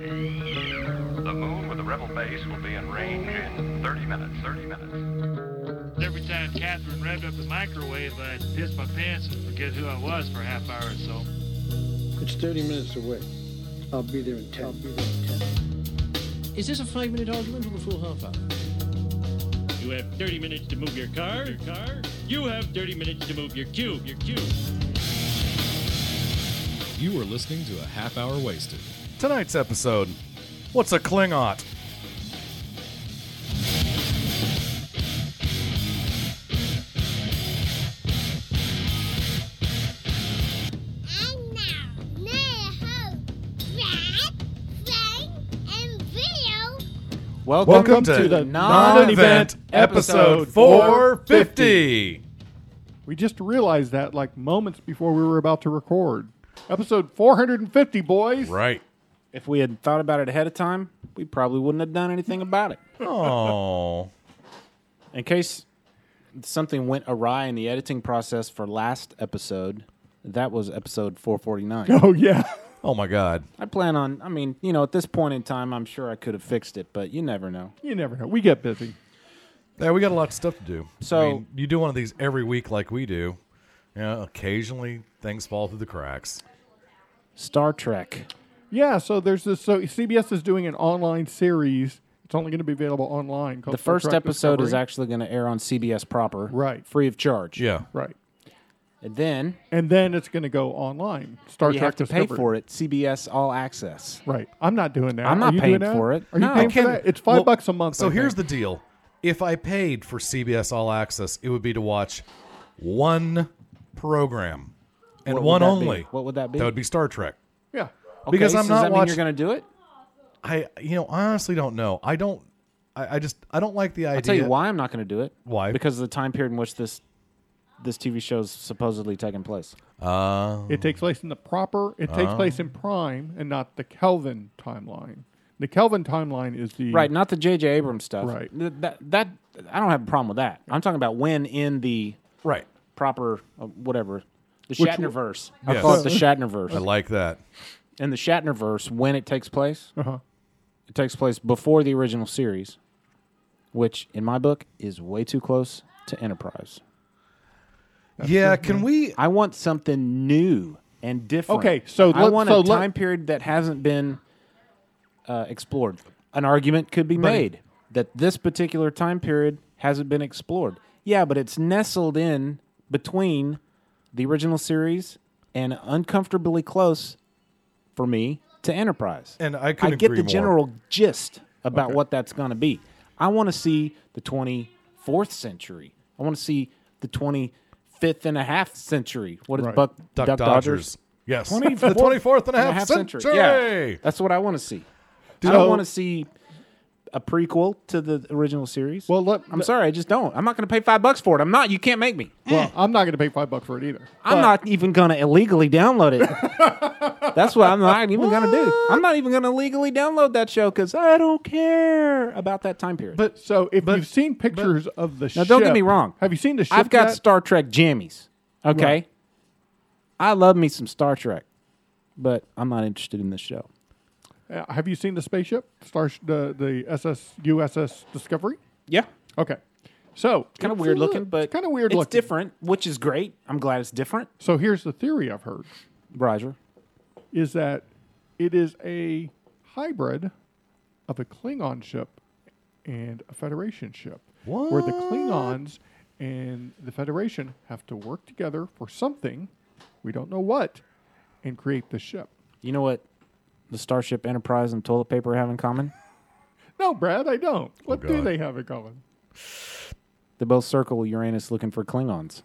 The moon with the rebel base will be in range in 30 minutes. 30 minutes. Every time Catherine revved up the microwave, I'd piss my pants and forget who I was for a half hour or so. It's 30 minutes away. I'll be there in 10. I'll be there in 10. Is this a five minute argument or the full half hour? You have 30 minutes to move your car. Your car. You have 30 minutes to move your cube. Your cube. You are listening to a half hour wasted. Tonight's episode What's a Klingot? And now, Mayor Ho, Brad, Frank, and Video Welcome, to, the non-event episode 450. We just realized that like moments before we were about to record. Episode 450, boys. Right. If we had thought about it ahead of time, we probably wouldn't have done anything about it. Oh, In case something went awry in the editing process for last episode, that was episode 449. Oh yeah. oh my God! I plan on, I mean, you know, at this point in time, I'm sure I could have fixed it, but you never know. You never know. We get busy. Yeah, we got a lot of stuff to do. So- I mean, you do one of these every week, like we do. You know, occasionally things fall through the cracks. Star Oh, Trek. Yeah, so there's this so CBS is doing an online series. It's only going to be available online. Called The first Star Trek episode is Discovery. actually going to air on CBS proper. Right. Free of charge. Yeah, right. And then And then it's going to go online. Star you Trek have to Discovery. pay for it. CBS All Access. Right. I'm not doing that. I'm not Are you paying doing that? for it. Are you No. paying I for that? It's 5 well, bucks a month. So I here's think. the deal: if I paid for CBS All Access, it would be to watch one program and What would one that be? only. What would that be? That would be Star Trek. Yeah. Okay, Because I'm so not does that mean watching- you're going to do it? I, you know, I honestly don't know. I don't. I, I just I don't like the idea. I'll tell you why I'm not going to do it. Why? Because of the time period in which this this TV show's supposedly taking place. Uh, It takes place in the proper. It takes place in prime and not the Kelvin timeline. The Kelvin timeline is the Right, not the J.J. Abrams stuff. Right. Th- That, that I don't have a problem with that. I'm talking about when in the right. proper uh, whatever the Which- Shatnerverse. Yes. I call it the Shatnerverse. I like that. in the Shatnerverse, when it takes place, Uh-huh. it takes place before the original series, which in my book is way too close to Enterprise. yeah, can we? I want something new and different. Okay, so I let- want so a let- time period that hasn't been uh, explored. An argument could be made that this particular time period hasn't been explored. Yeah, but it's nestled in between the original series and uncomfortably close for me to Enterprise. And I I couldn't get agree the more. general gist about what that's going to be. I want to see the 24th century. I want to see the 25th and a half century. What is Right. Buck Duck, Dodgers. Yes. 24th the 24th and a half, century. century. Yeah, that's what I want to see. I don't So- want to see a prequel to the original series. Well, let- I'm sorry, I just don't. I'm not going to pay five bucks for it. I'm not. You can't make me. Well, I'm not going to pay five bucks for it either. I'm not even going to illegally download it. That's what I'm not even going to do. I'm not even going to legally download that show because I don't care about that time period. But so if you've seen pictures of the now, ship, don't get me wrong. Have you seen the ship? I've got yet? Star Trek jammies. Okay, Right. I love me some Star Trek, but I'm not interested in this show. Uh, have you seen the spaceship? Star sh- the the SS USS Discovery. Yeah, Okay, so kind of weird looking, but kind of weird It's looking. different, which is great. I'm glad it's different. So here's the theory I've heard Roger, is that it is a hybrid of a Klingon ship and a Federation ship, where the Klingons and the Federation have to work together for something we don't know what, and create the ship. you know what the Starship Enterprise and toilet paper have in common? No, Brad, I don't. What do Oh, God. they have in common? They both circle Uranus looking for Klingons.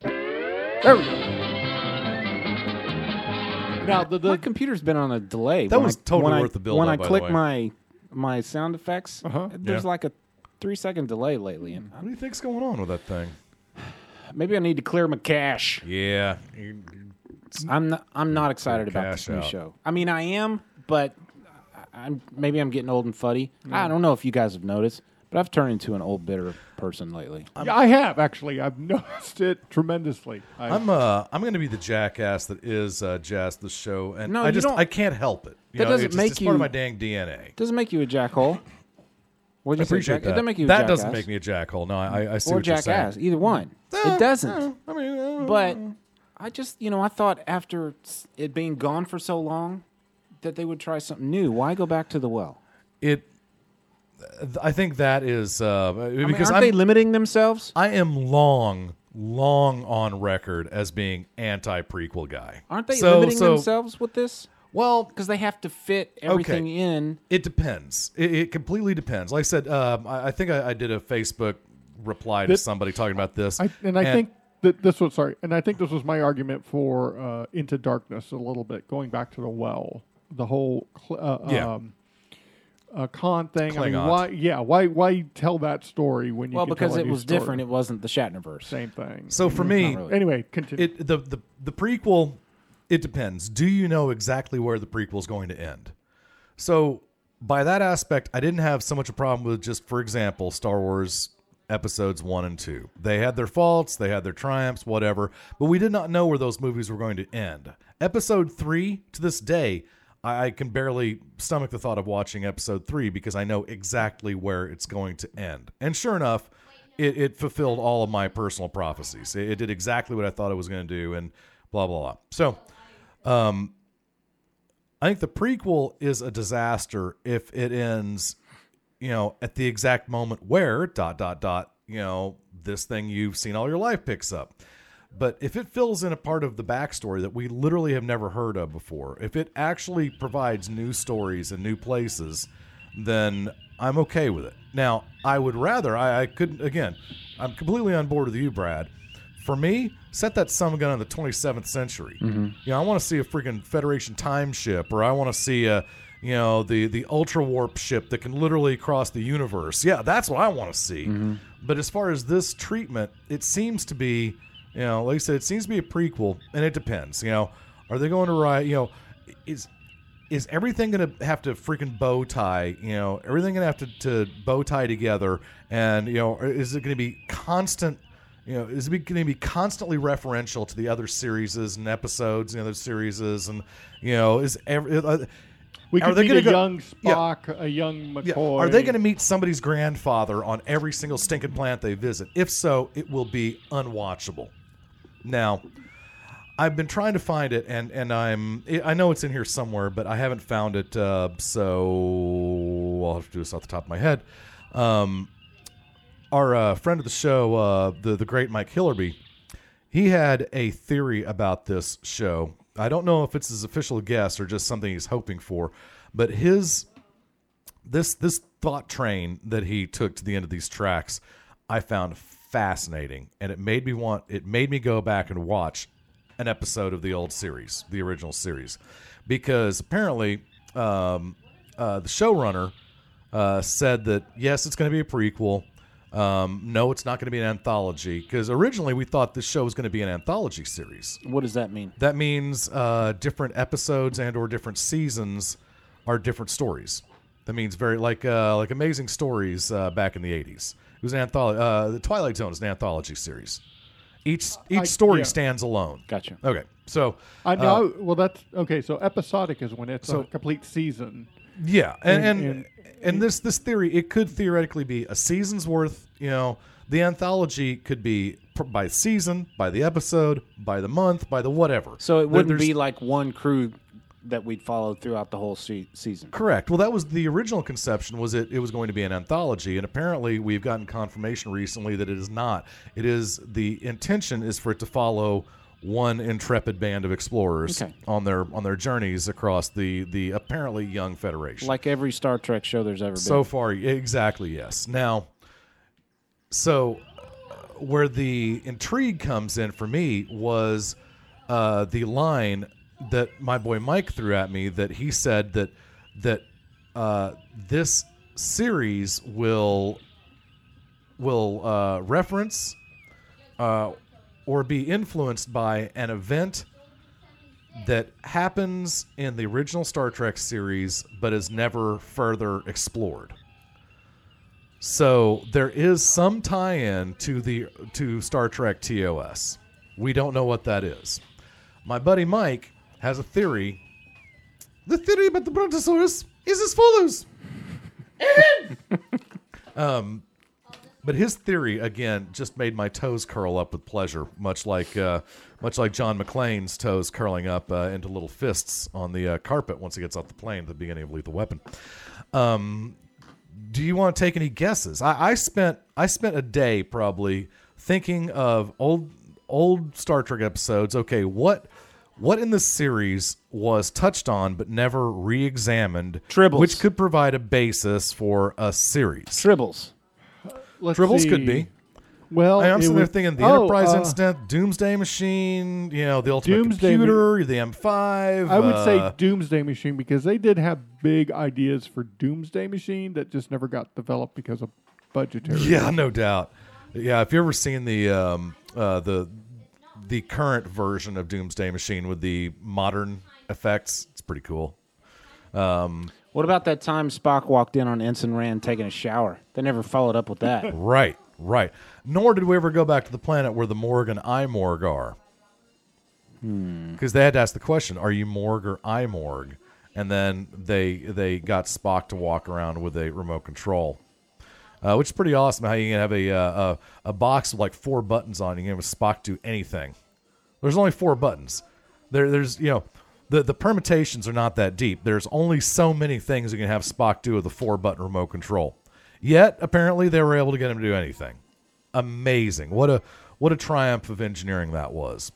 There we go. Now the, My the computer's been on a delay. That When was I- totally when I- worth the build When up, I by the click way. my my sound effects, Uh-huh. there's Yeah. like a three second delay lately, and What do you think's going on with that thing? maybe I need to clear my cache. Yeah. I'm not, I'm not excited about cash this new out. show. I mean, I am, but I- I'm maybe I'm getting old and fuddy. I don't know if you guys have noticed, but I've turned into an old bitter person lately. yeah, I have actually. I've noticed it tremendously. I, I'm uh I'm gonna be the jackass that is uh Jazz the show and No, I you just don't- I can't help it. You That know, doesn't it's just- make it's part of you- my dang DNA. Doesn't make you a jackhole. What I appreciate that. It doesn't make you a that jackass. doesn't make me a jackhole. No, I, I- I see or what you're saying. jackass. Either one. Eh, It doesn't. I mean, uh, But I just you know I thought after s- it being gone for so long that they would try something new. Why go back to the well? it. I think that is uh, I mean, because aren't they I'm, limiting themselves? I am long, long on record as being anti prequel guy. Aren't they so, limiting so, themselves with this? Well, because they have to fit everything in. It depends. It, it completely depends. Like I said, um, I, I think I, I did a Facebook reply to That- somebody talking about this, I, and I think that this was sorry, and I think this was my argument for uh, Into Darkness a little bit, going back to the well, the whole cl- uh, Yeah. um, uh, con thing. I mean, Klingons. why? Yeah, why? Why tell that story when you? Well, can because tell a it new was story? different. It wasn't the Shatnerverse. Same thing. so. For me, Mm-hmm. really. anyway, continue. it the, the the prequel it depends do you know exactly where the prequel is going to end so by that aspect i didn't have so much a problem with just for example star wars episodes 1 and 2 they had their faults they had their triumphs whatever but we did not know where those movies were going to end episode 3 to this day I I can barely stomach the thought of watching episode three because I know exactly where it's going to end. And sure enough, it, it fulfilled all of my personal prophecies. It, it did exactly what I thought it was going to do, and blah blah blah. So, um, I think the prequel is a disaster if it ends, you know, at the exact moment where dot dot dot, you know, this thing you've seen all your life picks up. But if it fills in a part of the backstory that we literally have never heard of before, if it actually provides new stories and new places, then I'm okay with it. Now, I would rather, I, I couldn't, again, I'm completely on board with you, Brad. For me, set that sum gun on the 27th century. You know, I want to see a freaking Federation time ship, or I want to see a, you know, the the ultra warp ship that can literally cross the universe. Yeah, that's what I want to see. But as far as this treatment, it seems to be, you know, like I said, it seems to be a prequel, and it depends. You know, are they going to write? You know, is is everything going to have to freaking bow tie? You know, everything going to have to, to bow tie together, and you know, is it going to be constant? You know, is it going to be constantly referential to the other series and episodes and other series? And you know, is every uh, we are could they meet gonna a go- young Yeah. Spock, a young McCoy. yeah. Are they going to meet somebody's grandfather on every single stinking planet they visit? If so, it will be unwatchable. Now, I've been trying to find it, and and I'm I know it's in here somewhere, but I haven't found it. Uh, so I'll have to do this off the top of my head. Um, our uh, friend of the show, uh, the the great Mike Hillerby, he had a theory about this show. I don't know if it's his official guess or just something he's hoping for, but his this this thought train that he took to the end of these tracks i found fascinating and it made me want it made me go back and watch an episode of the old series the original series because apparently um, uh, the showrunner uh, said that yes it's going to be a prequel um, no it's not going to be an anthology because originally we thought this show was going to be an anthology series What does that mean? that means uh, different episodes and or different seasons are different stories. That means very like uh, like Amazing Stories uh, back in the eighties. It was an anthology. Uh, the Twilight Zone is an anthology series. Each each I- story yeah. stands alone. Gotcha. Okay, so I know. well, that's okay. So episodic is when it's uh, So- a complete season. Yeah, and and, And- and, and- this this theory it could theoretically be a season's worth. You know, the anthology could be pr- by season, by the episode, by the month, by the whatever. So There- it wouldn't there's- be like one crew that we'd follow throughout the whole se- season. Correct. Well, that was the original conception. Was it? It was going to be an anthology, and apparently, we've gotten confirmation recently that it is not. It is the intention is for it to follow one intrepid band of explorers Okay. on their on their journeys across the the apparently young Federation. Like every Star Trek show there's ever So far, e-, exactly yes. Now, so uh, where the intrigue comes in for me was uh, the line that my boy Mike threw at me that he said that that uh, this series will will uh, reference uh, or be influenced by an event that happens in the original Star Trek series but is never further explored. So there is some tie-in to the to Star Trek TOS. We don't know what that is. My buddy Mike has a theory. The theory about the Brontosaurus is as follows. But his theory again just made my toes curl up with pleasure, much like uh, much like John McClane's toes curling up uh, into little fists on the uh, carpet once he gets off the plane at the beginning of Lethal Weapon. Um, do you want to take any guesses? I, I spent I spent a day probably thinking of old old Star Trek episodes. Okay, what what in the series was touched on but never re-examined, Tribbles. which could provide a basis for a series. Tribbles. Let's Tribbles could see. be. Well, I, am it sitting there would- thinking the oh, Enterprise uh, incident, Doomsday Machine, you know, the Ultimate Doomsday Computer, the M5. I would uh, say Doomsday Machine because they did have big ideas for Doomsday Machine that just never got developed because of budgetary. yeah, no doubt. Yeah, if you ever seen the um, uh, the the current version of Doomsday Machine with the modern effects, it's pretty cool. What about that time Spock walked in on Ensign Rand taking a shower? They never followed up with that. Right, right. Nor did we ever go back to the planet where the Morg and Imorg are. Because they had to ask the question, "Are you Morg or Imorg?" And then they they got Spock to walk around with a remote control, uh, which is pretty awesome. How you can have a, uh, a a box with like four buttons on, it, you can have Spock do anything. There's only four buttons. There, there's you know, the the permutations are not that deep. There's only so many things you can have Spock do with a four button remote control. Yet apparently they were able to get him to do anything. Amazing! What a what a triumph of engineering that was.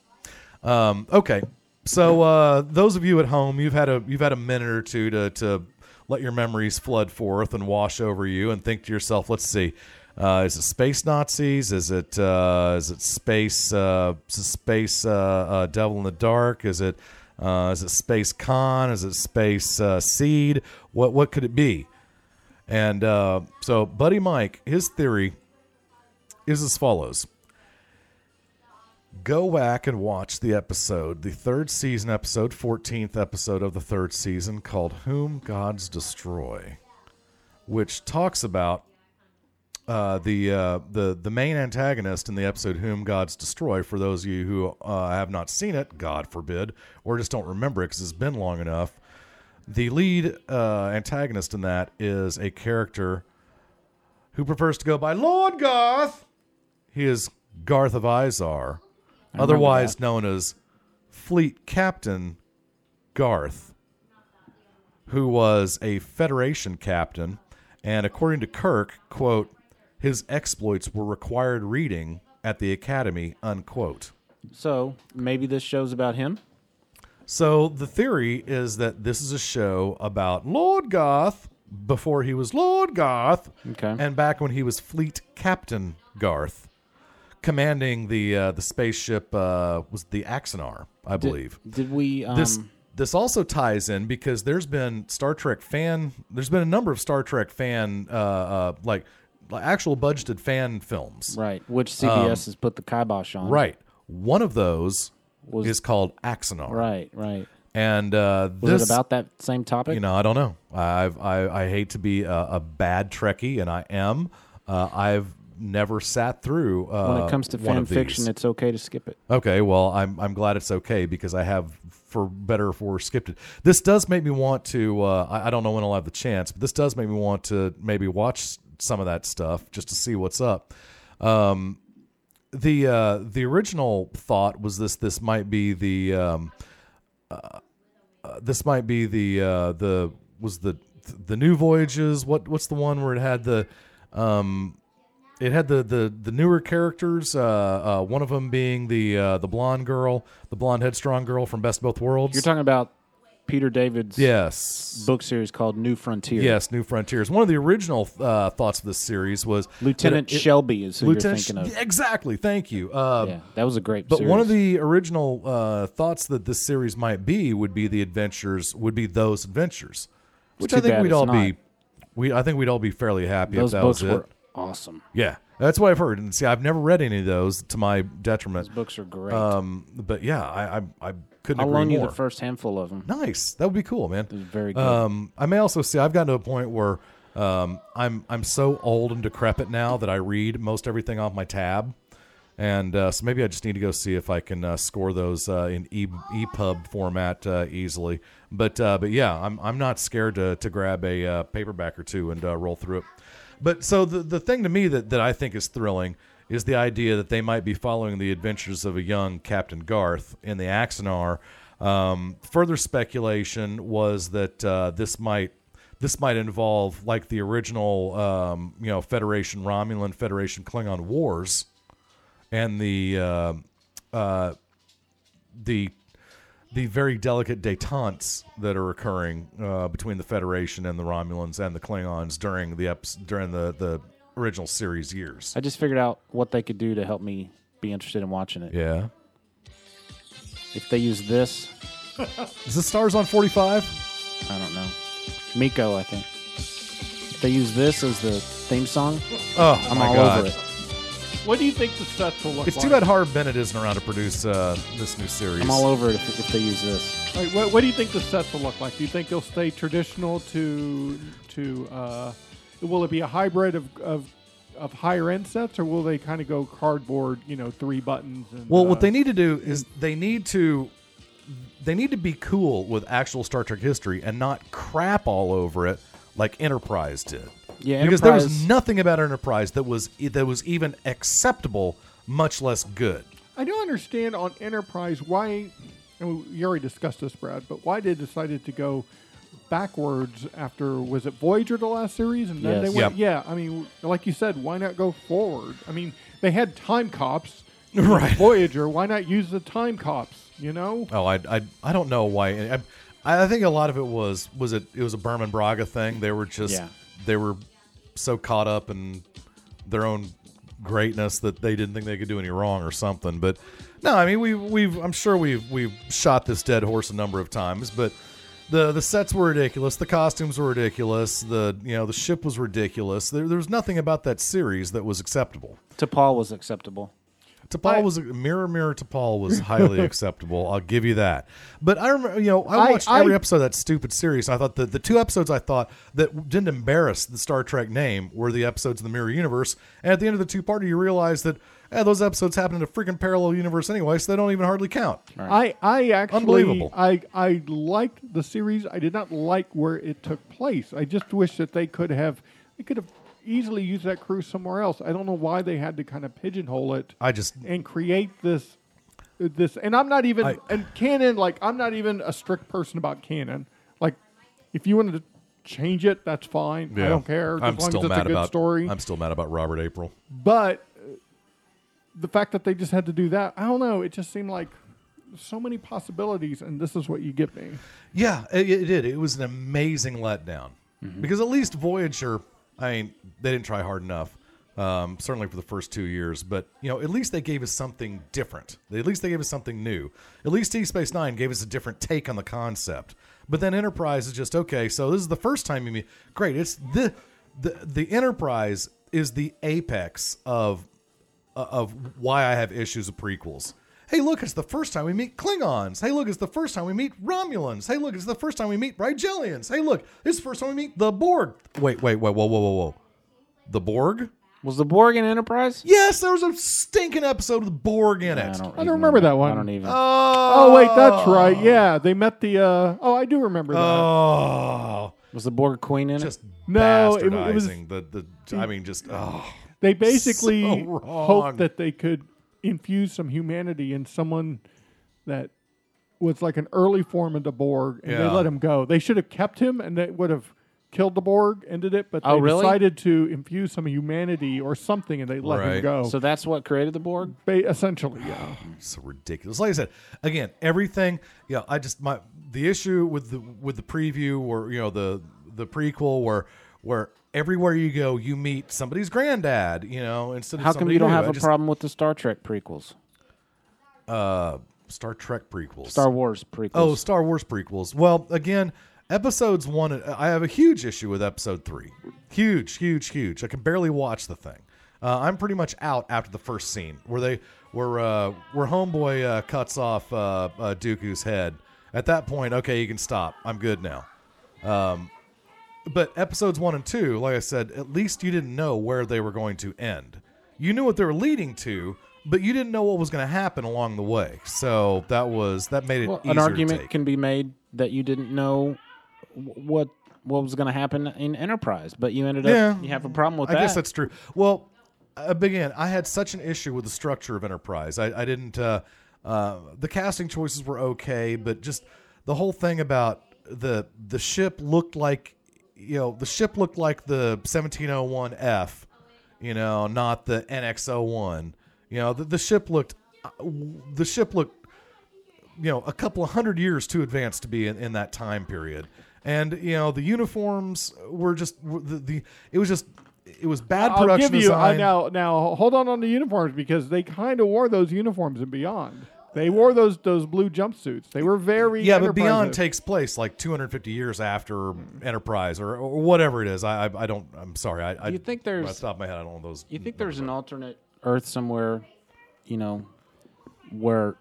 Um, okay, so uh, those of you at home, you've had a you've had a minute or two to to let your memories flood forth and wash over you, and think to yourself, let's see. Uh, is it space Nazis? Is it uh, is it space uh, is it space uh, uh, Devil in the Dark? Is it uh, is it space Con? Is it space uh, Seed? What what could it be? And uh, so, Buddy Mike, his theory is as follows go back and watch the episode, the third season episode, 14th episode of the third season called Whom Gods Destroy, which talks about uh, the, uh, the, the main antagonist in the episode Whom Gods Destroy. For those of you who uh, have not seen it, God forbid, or just don't remember it because it's been long enough, the lead uh, antagonist in that is a character who prefers to go by Lord Garth. He is Garth of Izar, otherwise known as Fleet Captain Garth, who was a Federation captain, and according to Kirk, quote, his exploits were required reading at the Academy, unquote. So maybe this show's about him. So the theory is that this is a show about Lord Garth before he was Lord Garth, Okay. and back when he was Fleet Captain Garth, commanding the uh, the spaceship uh, was the Axonar, I believe. Did we? Um, this this also ties in because there's been Star Trek fan. There's been a number of Star Trek fan uh, uh, like, like actual budgeted fan films. right, which CBS has put the kibosh on. Um, Right. One of those Was- is called Axonar. right, right. And uh, Was this it about that same topic? You know, I don't know. I've I, I hate to be a, a bad Trekkie, and I am. Uh, I've never sat through. Uh, when it comes to one fan of these. fiction, it's okay to skip it. okay. Well, I'm I'm glad it's okay because I have, for better or for worse, skipped it. This does make me want to. Uh, I, I don't know when I'll have the chance, but this does make me want to maybe watch some of that stuff just to see what's up. Um, the uh, the original thought was this this might be the um, uh, this might be the uh, the was the the new voyages. What what's the one where it had the um it had the the the newer characters. Uh, uh, one of them being the uh, the blonde girl, the blonde headstrong girl from Best of Both Worlds. You're talking about Peter David's yes. book series called New Frontier. Yes, New Frontiers. One of the original uh, thoughts of this series was Lieutenant that it- Shelby is who Lieutenant you're thinking of. Sh- Exactly. Thank you. Uh, Yeah, that was a great. But one series. of the original uh, thoughts that this series might be would be the adventures would be those adventures, which too I think bad we'd it's all not. be, we I think we'd all be fairly happy those if that books was it. were awesome. Yeah, that's what I've heard. And see, I've never read any of those to my detriment. Those books are great. Um, but yeah, I I, I couldn't I'll agree loan more. you the first handful of them. Nice. That would be cool, man. very good. Um, I may also see. I've gotten to a point where um, I'm I'm so old and decrepit now that I read most everything off my tab, and uh, so maybe I just need to go see if I can uh, score those uh, in e- EPUB format uh, easily. But uh, but yeah, I'm I'm not scared to to grab a uh, paperback or two and uh, roll through it. But so the the thing to me that that I think is thrilling. Is the idea that they might be following the adventures of a young Captain Garth in the Axanar, um, further speculation was that uh, this might this might involve like the original um, you know Federation Romulan Federation Klingon wars and the uh, uh, the the very delicate détentes that are occurring uh, between the Federation and the Romulans and the Klingons during the eps- during the the original series years. I just figured out what they could do to help me be interested in watching it. Yeah, If they use this, is this Stars on forty five? I don't know. Miko, I think. If they use this as the theme song, Oh, I'm my all God. over it. What do you think the sets will look It's like? too bad Harv Bennett isn't around to produce uh, this new series. I'm all over it if, if they use this. Like, what, what do you think the sets will look like? Do you think they'll stay traditional to to? Uh, will it be a hybrid of, of of higher end sets, or will they kind of go cardboard? You know, three buttons. And, Well, uh, what they need to do is they need to they need to be cool with actual Star Trek history and not crap all over it like Enterprise did. Yeah, because there was Enterprise- nothing about Enterprise that was that was even acceptable, much less good. I don't understand on Enterprise why. And we- you already discussed this, Brad, but why they decided to go backwards after was it Voyager the last series, and then Yes. they went. Yeah, I mean, like you said, why not go forward? I mean, they had time cops. in Right. Voyager. Why not use the time cops? You know. Oh, I I, I don't know why. I, I think a lot of it was was it it was a Berman Braga thing. They were just Yeah. they were so caught up in their own greatness that they didn't think they could do any wrong or something. But no, I mean we we've I'm sure we've we've shot this dead horse a number of times, but the the sets were ridiculous, the costumes were ridiculous, the you know the ship was ridiculous. There, there was nothing about that series that was acceptable. T'Pol was acceptable. T'Pol was mirror mirror. T'Pol was highly acceptable. I'll give you that. But I remember, you know, I I- watched every I- episode of that stupid series. And I thought that the two episodes I thought that didn't embarrass the Star Trek name were the episodes of the Mirror Universe. And at the end of the two parter, you realize that eh, those episodes happen in a freaking parallel universe anyway, so they don't even hardly count. I, I actually Unbelievable. I I liked the series. I did not like where it took place. I just wish that they could have they could have easily used that crew somewhere else. I don't know why they had to kind of pigeonhole it I just and create this this and I'm not even I- and canon like I'm not even a strict person about canon. Like if you wanted to change it, that's fine. I don't care. As I'm long still as it's mad a good about story. I'm still mad about Robert April. But uh, the fact that they just had to do that, I don't know. It just seemed like so many possibilities, and this is what you get me. Yeah, it, it did. It was an amazing letdown because at least Voyager, I mean, they didn't try hard enough. Um, certainly for the first two years, but you know, at least they gave us something different. At least they gave us something new. At least Deep Space Nine gave us a different take on the concept. But then Enterprise is just okay. So this is the first time you meet. Great. It's the the the Enterprise is the apex of of why I have issues with prequels. Hey, look, it's the first time we meet Klingons. Hey, look, it's the first time we meet Romulans. Hey, look, it's the first time we meet Rigelians. Hey, look, it's the first time we meet the Borg. Wait, wait, wait, whoa, whoa, whoa, whoa. The Borg? Was the Borg in Enterprise? Yes, there was a stinking episode of the Borg in it. I don't remember that one. I don't even. Oh, Oh, wait, that's right. Yeah, they met the. Uh, oh, I do remember that. Oh, was the Borg Queen in just No, it- it was- bastardizing the the. I mean, just oh. they basically so wrong. hoped that they could infuse some humanity in someone that was like an early form of the Borg, and Yeah. they let him go. They should have kept him, and they would have killed the Borg, ended it. But they Oh, really? decided to infuse some humanity or something, and they let Right. him go. it? So that's what created the Borg? Ba- essentially, yeah. so ridiculous. Like I said, again, everything. Yeah, I just my the issue with the with the preview or you know the the prequel where where everywhere you go you meet somebody's granddad. You know, instead of How come somebody you don't new. have I a just- problem with the Star Trek prequels? Uh, Star Trek prequels. Star Wars prequels. Oh, Star Wars prequels. Well, again, Episodes one, and- I have a huge issue with episode three. Huge, huge, huge. I can barely watch the thing. Uh, I'm pretty much out after the first scene where they where uh, where homeboy uh, cuts off uh, uh, Dooku's head. At that point, okay, you can stop. I'm good now. But episodes one and two, like I said, at least you didn't know where they were going to end. You knew what they were leading to, but you didn't know what was going to happen along the way. So that was that made it Well, easier an to argument take. can be made that you didn't know w- what what was going to happen in Enterprise, but you ended up Yeah. you have a problem with I that. guess that's true. Well, uh, again, I had such an issue with the structure of Enterprise. I, I didn't. Uh, uh, the casting choices were okay, but just the whole thing about the the ship looked like you know the ship looked like the 1701F, you know, not the NX01. You know, the, the ship looked uh, w- the ship looked you know a couple of hundred years too advanced to be in, in that time period and you know the uniforms were just were the, the it was just it was bad I'll production give you uh, design now. Now hold on on the uniforms because they kind of wore those uniforms and beyond. They wore those those blue jumpsuits. They were very yeah but Enterprise-ish. beyond takes place like 250 years after enterprise or, or whatever it is i i, I don't i'm sorry i, I You think off there's the top of my head i don't know those you think there's an alternate Earth somewhere, you know, where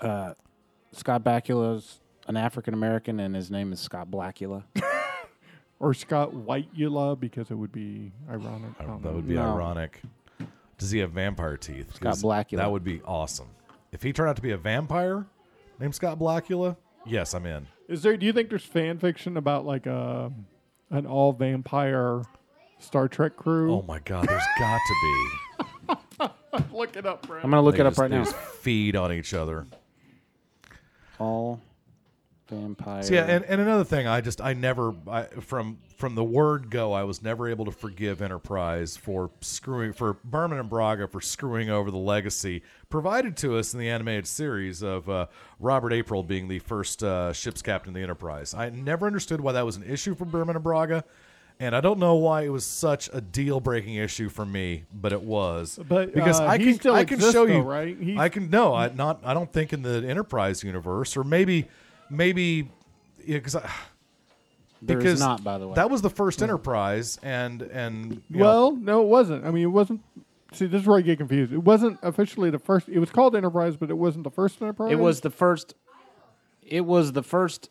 uh, Scott Bakula's an African American and his name is Scott Blackula. or Scott Whiteula because it would be ironic. I don't that know. would be No. ironic does he have vampire teeth Scott 'Cause Blackula. that would be awesome if he turned out to be a vampire named scott blackula yes i'm in Is there? Do you think there's fan fiction about like a an all vampire Star Trek crew? oh my god there's got to be Look it up, Brad. I'm gonna look They it up just- right they now. just feed on each other All vampire. So, yeah, and, and another thing, I just I never I, from from the word go, I was never able to forgive Enterprise for screwing for Berman and Braga for screwing over the legacy provided to us in the animated series of uh, Robert April being the first uh, ship's captain of the Enterprise. I never understood why that was an issue for Berman and Braga, and I don't know why it was such a deal breaking issue for me, but it was. But, because uh, I he can still I can exists, show though, you right? He's- I can no, I not I don't think in the Enterprise universe or maybe maybe yeah, 'cause I, There is because not, by the way. that was the first Enterprise, and and you know, Well, no, it wasn't. I mean, it wasn't. See, this is where I get confused. It wasn't officially the first. It was called Enterprise, but it wasn't the first Enterprise. It was the first. It was the first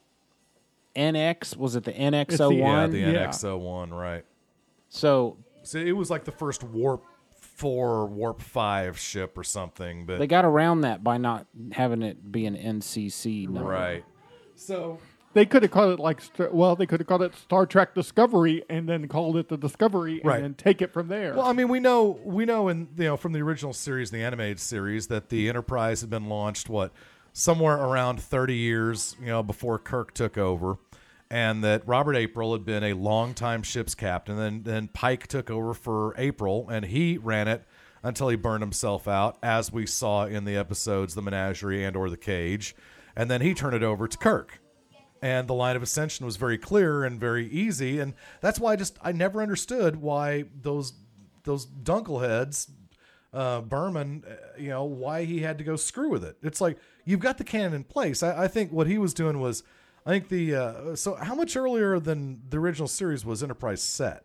NX. Was it the yeah, NX01? the yeah. NX01, right? so So it was like the first warp four, warp five ship or something, but they got around that by not having it be an NCC number. right. So They could have called it like. Star- Well, they could have called it Star Trek Discovery, and then called it the Discovery, and Right. then take it from there. Well, I mean, we know we know in you know from the original series, the animated series, that the Enterprise had been launched what somewhere around thirty years, you know, before Kirk took over, and that Robert April had been a longtime ship's captain. Then then Pike took over for April, and he ran it until he burned himself out, as we saw in the episodes "The Menagerie" and "Or the Cage," and then he turned it over to Kirk and the line of ascension was very clear and very easy and that's why i just i never understood why those those dunkleheads uh berman uh, you know why he had to go screw with it it's like you've got the canon in place i, I think what he was doing was i think the uh so how much earlier than the original series was enterprise set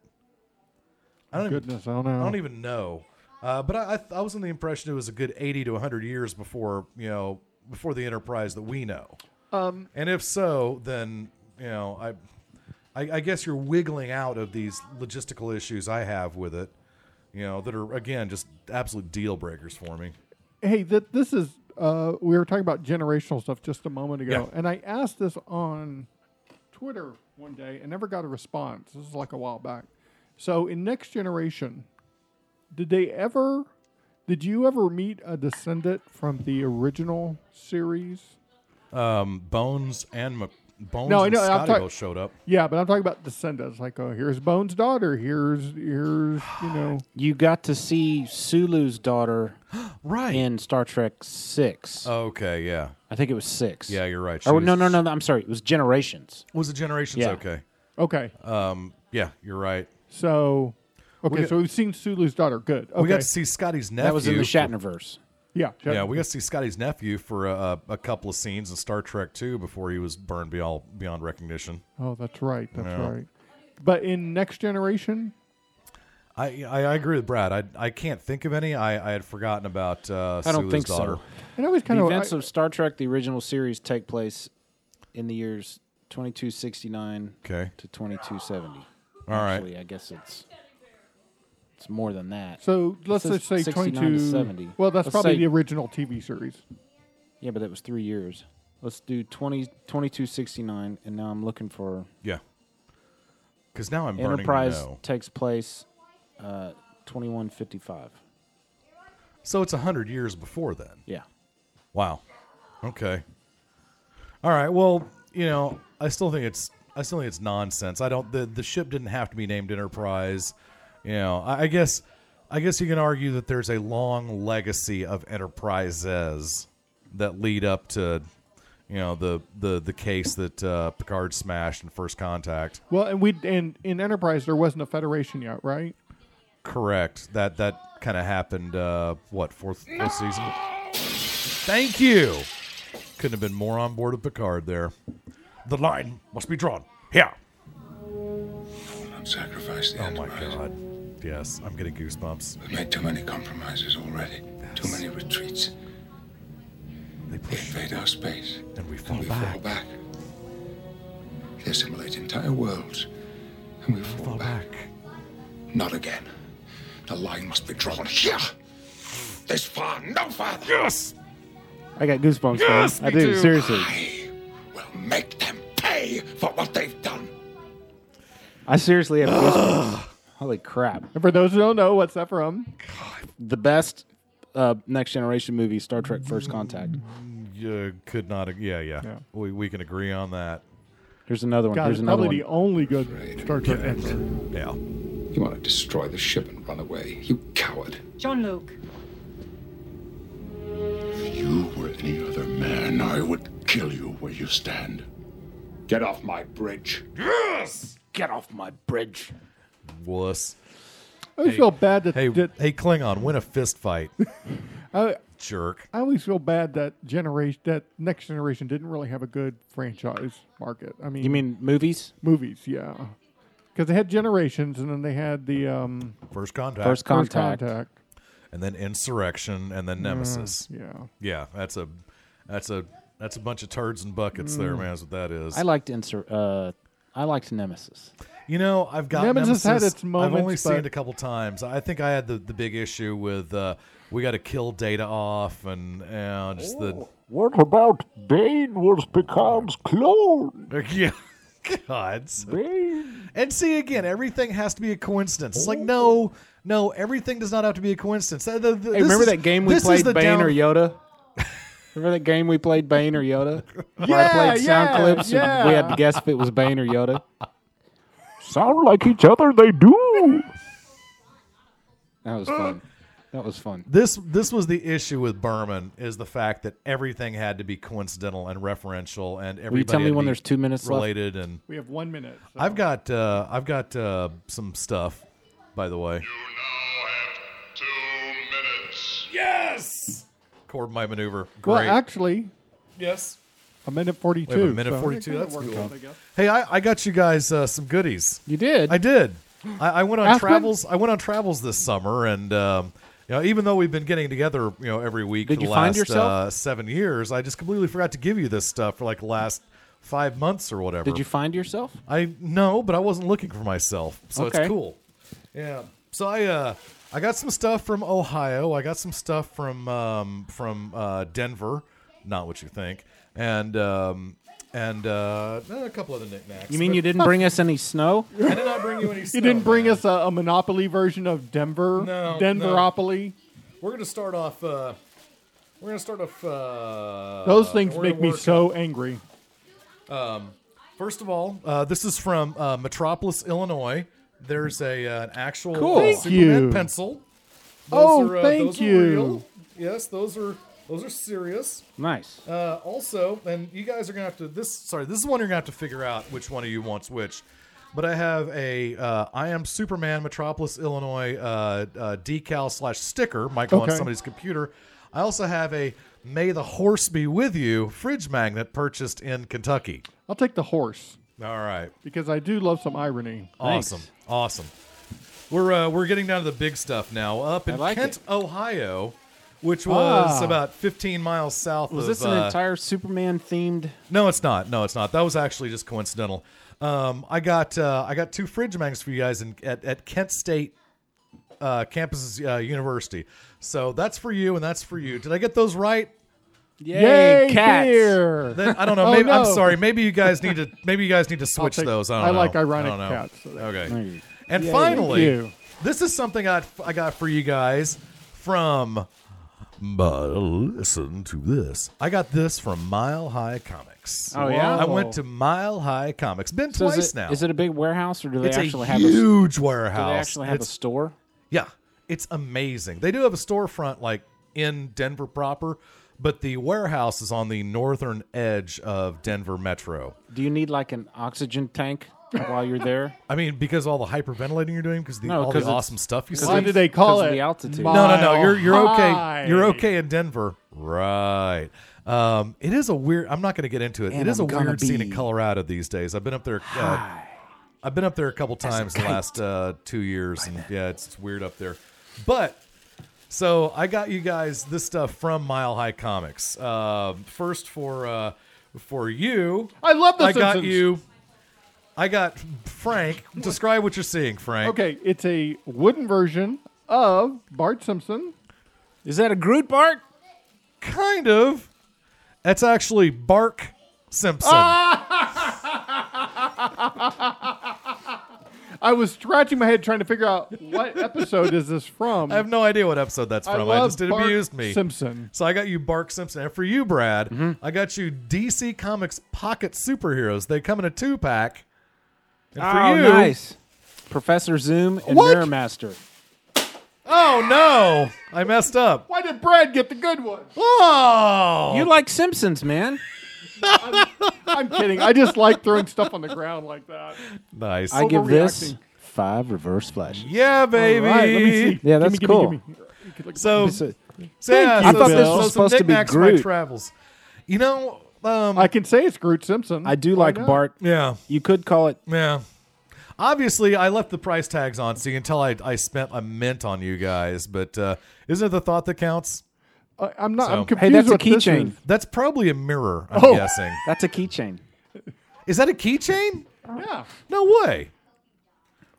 i don't even, Goodness, I don't know. I don't even know. Uh, but I, I, I was in the impression it was a good 80 to 100 years before, you know, before the Enterprise that we know. Um, and if so, then, you know, I, I, I guess you're wiggling out of these logistical issues I have with it, you know, that are, again, just absolute deal breakers for me. hey, th- this is uh, we were talking about generational stuff just a moment ago, Yeah. and I asked this on Twitter one day and never got a response. This is like a while back. So in Next Generation, did they ever? Did you ever meet a descendant from the original series? Um, Bones and Mc, Bones No, I and know, I'm Scotty talk- both showed up. Yeah, but I'm talking about descendants. Like, oh, here's Bones' daughter. Here's here's you know. You got to see Sulu's daughter Right. in Star Trek Six. okay, yeah. I think it was six. Uh, Yeah, you're right. Or, Oh, no, She's- no, no, no. I'm sorry. It was Generations. Was it Generations? Yeah. Okay. Okay, Um, yeah, you're right. so okay, got- so we've seen Sulu's daughter. Good. Okay. We got to see Scotty's nephew. That was in the for- Shatnerverse. Yeah. Yeah, we got to see Scotty's nephew for a, a couple of scenes in Star Trek 2 before he was burned beyond, beyond recognition. Oh, that's right. That's Yeah. right. But in Next Generation, I, I, I agree with Brad. I, I can't think of any. I, I had forgotten about uh, I don't Sulu's think so. daughter. and I was kind the of events of Star Trek: The Original Series take place in the years 2269 Okay. to 2270. All right. Actually, I guess it's it's more than that. so let's says just say 69 to 22. 70. Well, that's Let's probably say- the original TV series. yeah, but that was three years. Let's do 20, 2269, and now I'm looking for Yeah. Because now I'm burning Enterprise to know. takes place uh, 2155. So it's 100 years before then. Yeah. Wow. Okay. All right. Well, you know, I still think it's I still think it's nonsense. I don't the the ship didn't have to be named Enterprise. You know, I, I guess I guess you can argue that there's a long legacy of enterprises that lead up to you know the the the case that uh, Picard smashed in First Contact. Well, and we and in Enterprise there wasn't a Federation yet, right? Correct. That that kind of happened. Uh, what fourth fourth season? Thank you. Couldn't have been more on board with Picard there. The line must be drawn. Here. Not sacrifice the Oh my God. Yes, I'm getting goosebumps. We've made too many compromises already. Too many retreats. They They push invade our space. and we fall And we fall back. back. They assimilate entire worlds. And we fall, Fall back. back. Not again. The line must be drawn here. This far, no farther. Yes. I got goosebumps. Yes, man. I me do too. seriously. I will make them pay for what they've done. I seriously have goosebumps. Holy crap! And for those who don't know, what's that from? The best uh, next generation movie, Star Trek: First Contact. You could not. ag- Yeah, yeah. Yeah. We we can agree on that. Here's another one. God, Here's it's another probably the one. only good Star Trek. episode. Yeah. You want to destroy the ship and run away, you coward. John Luke. If you were any other man, I would kill you where you stand. Get off my bridge. Get off my bridge. Wuss. I always feel bad that, Hey, that hey, Klingon, win a fist fight, I, jerk. I always feel bad that generation that Next Generation didn't really have a good franchise market. I mean, You mean movies? movies? Yeah, because they had Generations, and then they had the um, First contact, First First contact. Contact. and then insurrection, and then nemesis. Yeah. Yeah, that's a that's a that's a bunch of turds and buckets there, man. Is what that is. Mm. I liked insur- uh, I liked Nemesis. you know, I've got Nemesis had its I've moments, only seen but- it a couple times. I think I had the, the big issue with uh, we got to kill Data off and and just What about Bane was Picard's clone? Oh. the yeah. Gods. Bane. And see again, everything has to be a coincidence. It's like no, no, everything does not have to be a coincidence. Uh, the- the- Oh. Hey, this remember is- that game we this is played, the Bane down- or Yoda? remember that game we played, Bane or Yoda? Where I Yeah, played sound yeah, clips and we had yeah. to guess if it was Bane or Yoda. Sound like each other, they do. That was fun. That was fun. This this was the issue with Berman is the fact that everything had to be coincidental and referential and everybody Will you tell had me to when be there's two minutes left? related and We have one minute. so- I've got uh, I've got uh, some stuff, by the way. You now have two minutes. Yes. Cord my maneuver. well, Great. actually, yes. a minute forty-two. We have a minute so it 42, kinda that's works cool. out, I guess. Hey, I, I got you guys uh, some goodies. You did. I did. I, I went on Aspen? travels. I went on travels this summer, and um, you know, even though we've been getting together, you know, every week Did for the you last find yourself? Uh, seven years, I just completely forgot to give you this stuff for like the last five months or whatever. Did you find yourself? I no, but I wasn't looking for myself, so it's Okay. cool. Yeah. So I uh I got some stuff from Ohio. I got some stuff from um from uh Denver, not what you think, and um and uh a couple other knickknacks. You mean you didn't bring us any snow? I did not bring you any? You didn't bring us a, a Monopoly version of Denver. No, Denveropoly. We're gonna start off. uh We're gonna start off. uh Those things we're make gonna me work- so angry. First of all, uh, this is from uh, Metropolis, Illinois. There's a uh, an actual Cool. uh, Thank Superman you. pencil. Oh, thank those you. Are real. Yes, those are those are serious. Nice. Uh, also, and you guys are gonna have to this. Sorry, this is one you're gonna have to figure out which one of you wants which. But I have a uh, I am Superman Metropolis Illinois uh, uh, decal slash sticker might go on Okay. somebody's computer. I also have a May the Horse Be With You fridge magnet purchased in Kentucky. I'll take the horse All right. because I do love some irony. Awesome, awesome. We're uh, we're getting down to the big stuff now. Up in I like Kent, it. Ohio, which was Ah. about 15 miles south. Was of, this an uh, entire Superman themed? No, it's not. No, it's not. That was actually just coincidental. Um, I got uh, I got two fridge mags for you guys in, at at Kent State uh, campus uh, university. So that's for you and that's for you. Did I get those right? Yay, Yay, cats! beer! Then I don't know. Oh, maybe, I'm no. sorry. Maybe you guys need to maybe you guys need to switch take- those. I don't I know. like ironic I don't know. cats, so that's okay. fine. And Yay, finally, thank you. this is something I I got for you guys from. But listen to this. I got this from Mile High Comics. Oh, yeah? I went to Mile High Comics. Been So twice is it, now. is it a big warehouse or do they it's actually a have a s- huge do warehouse. they actually have a It's- store? yeah, it's amazing. They do have a storefront like in Denver proper, but the warehouse is on the northern edge of Denver Metro. Do you need like an oxygen tank while you're there? I mean, because all the hyperventilating you're doing, because the, No, all 'cause the it's- awesome stuff you see. because Why it's- do they call 'cause it of the altitude. No, no, no. You're you're Mile okay. You're High? okay in Denver, right? Um, it is a weird. I'm not going to get into it. And it is I'm a gonna weird scene in be Colorado these days. I've been up there. Uh, I've been up there a couple times in the last uh, two years, and yeah, it's, it's weird up there. But so I got you guys this stuff from Mile High Comics. Uh, first for uh, for you, I love The I got Simpsons. you. I got Frank. Describe what you're seeing, Frank. Okay, it's a wooden version of Bart Simpson. Is that a Groot Bart? Kind of. That's actually Bark Simpson. I was scratching my head trying to figure out what episode is this from. I have no idea what episode that's I from. I, love just it Bart amused me. Simpson. So I got you Bark Simpson, and for you, Brad, I got you DC Comics Pocket Superheroes. They come in a two pack. And for oh, you, nice. Professor Zoom and What? Mirror Master. oh no, I messed up. Why did Brad get the good one? Oh, You like Simpsons, man. I'm kidding. I just like throwing stuff on the ground like that. nice. I give this Overreacting. five reverse flashes. yeah, baby. All right, let me see. Gimme, Yeah, that's gimme, cool. gimme. You could look- So, so So- yeah, so you, Bill. some- This was some supposed to be knickknacks for my Groot. travels. You know, um, I can say it's Groot Simpson. I do Why like not? Bart. yeah. You could call it Yeah. Obviously, I left the price tags on, so you can tell I, I spent a mint on you guys. But uh, isn't it the thought that counts? I, I'm not. I'm So- confused. Hey, that's a what this keychain. is. That's probably a mirror. I'm Oh. guessing. that's a keychain. Is that a keychain? Yeah. No way.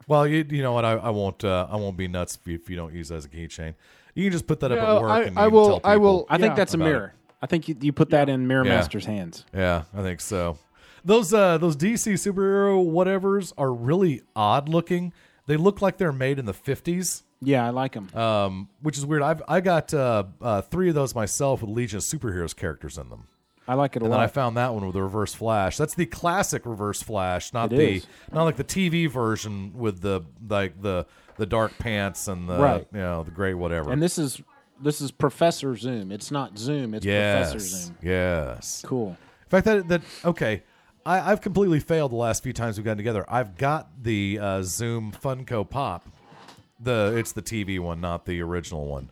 Well, you you know what? I, I won't uh, I won't be nuts if you, if you don't use that as a keychain. You can just put that up No, at work. I- and I you will- Can tell people. I will- I think Yeah. that's a About it. mirror. I think you, you put that in Mirror Yeah. Master's hands. Yeah, I think so. Those uh those DC superhero whatevers are really odd looking. They look like they're made in the fifties. Yeah, I like them. um, which is weird. I've I got uh, uh, three of those myself with Legion of Superheroes characters in them. I like it a And then I lot. found that one with the Reverse Flash. That's the classic Reverse Flash, not It the is. not like the TV version with the like the the dark pants and the Right. you know the gray whatever. and this is this is Professor Zoom. It's not Zoom. It's Professor yes, Zoom. yes. Cool. In fact, that that okay. I, I've completely failed the last few times we've gotten together. I've got the uh, Zoom Funko Pop. The it's the TV one, not the original one.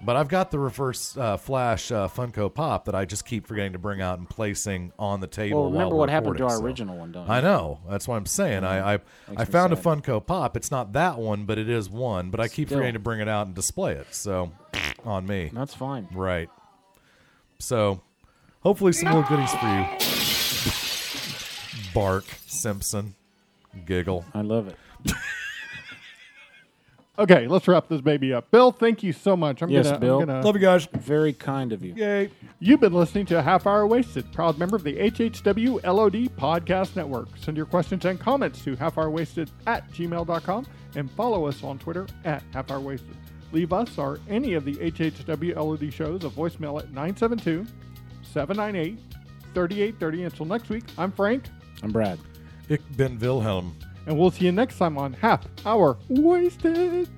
But I've got the reverse uh, flash uh, Funko Pop that I just keep forgetting to bring out and placing on the table. Well, remember while what we're happened to recording, our so. original one, don't you? I know. That's what I'm saying. I I, I me found a sad. Funko Pop. It's not that one, but it is one. But I keep Still. forgetting to bring it out and display it. So on me. That's fine. Right. So, hopefully, some little goodies for you. Bark Simpson, giggle. I love it. Okay, let's wrap this baby up. Bill, thank you so much. I'm Yes, gonna, I'm Bill. gonna- Love you guys. Very kind of you. Yay. You've been listening to a half hour wasted, proud member of the HHW LOD Podcast Network. Send your questions and comments to halfhourwasted at gmail.com and follow us on Twitter at half hour wasted. Leave us or any of the HHW LOD shows a voicemail at 972 798 3830. Until next week, I'm Frank, I'm Brad. Ich bin Wilhelm. and we'll see you next time on Half Hour Wasted.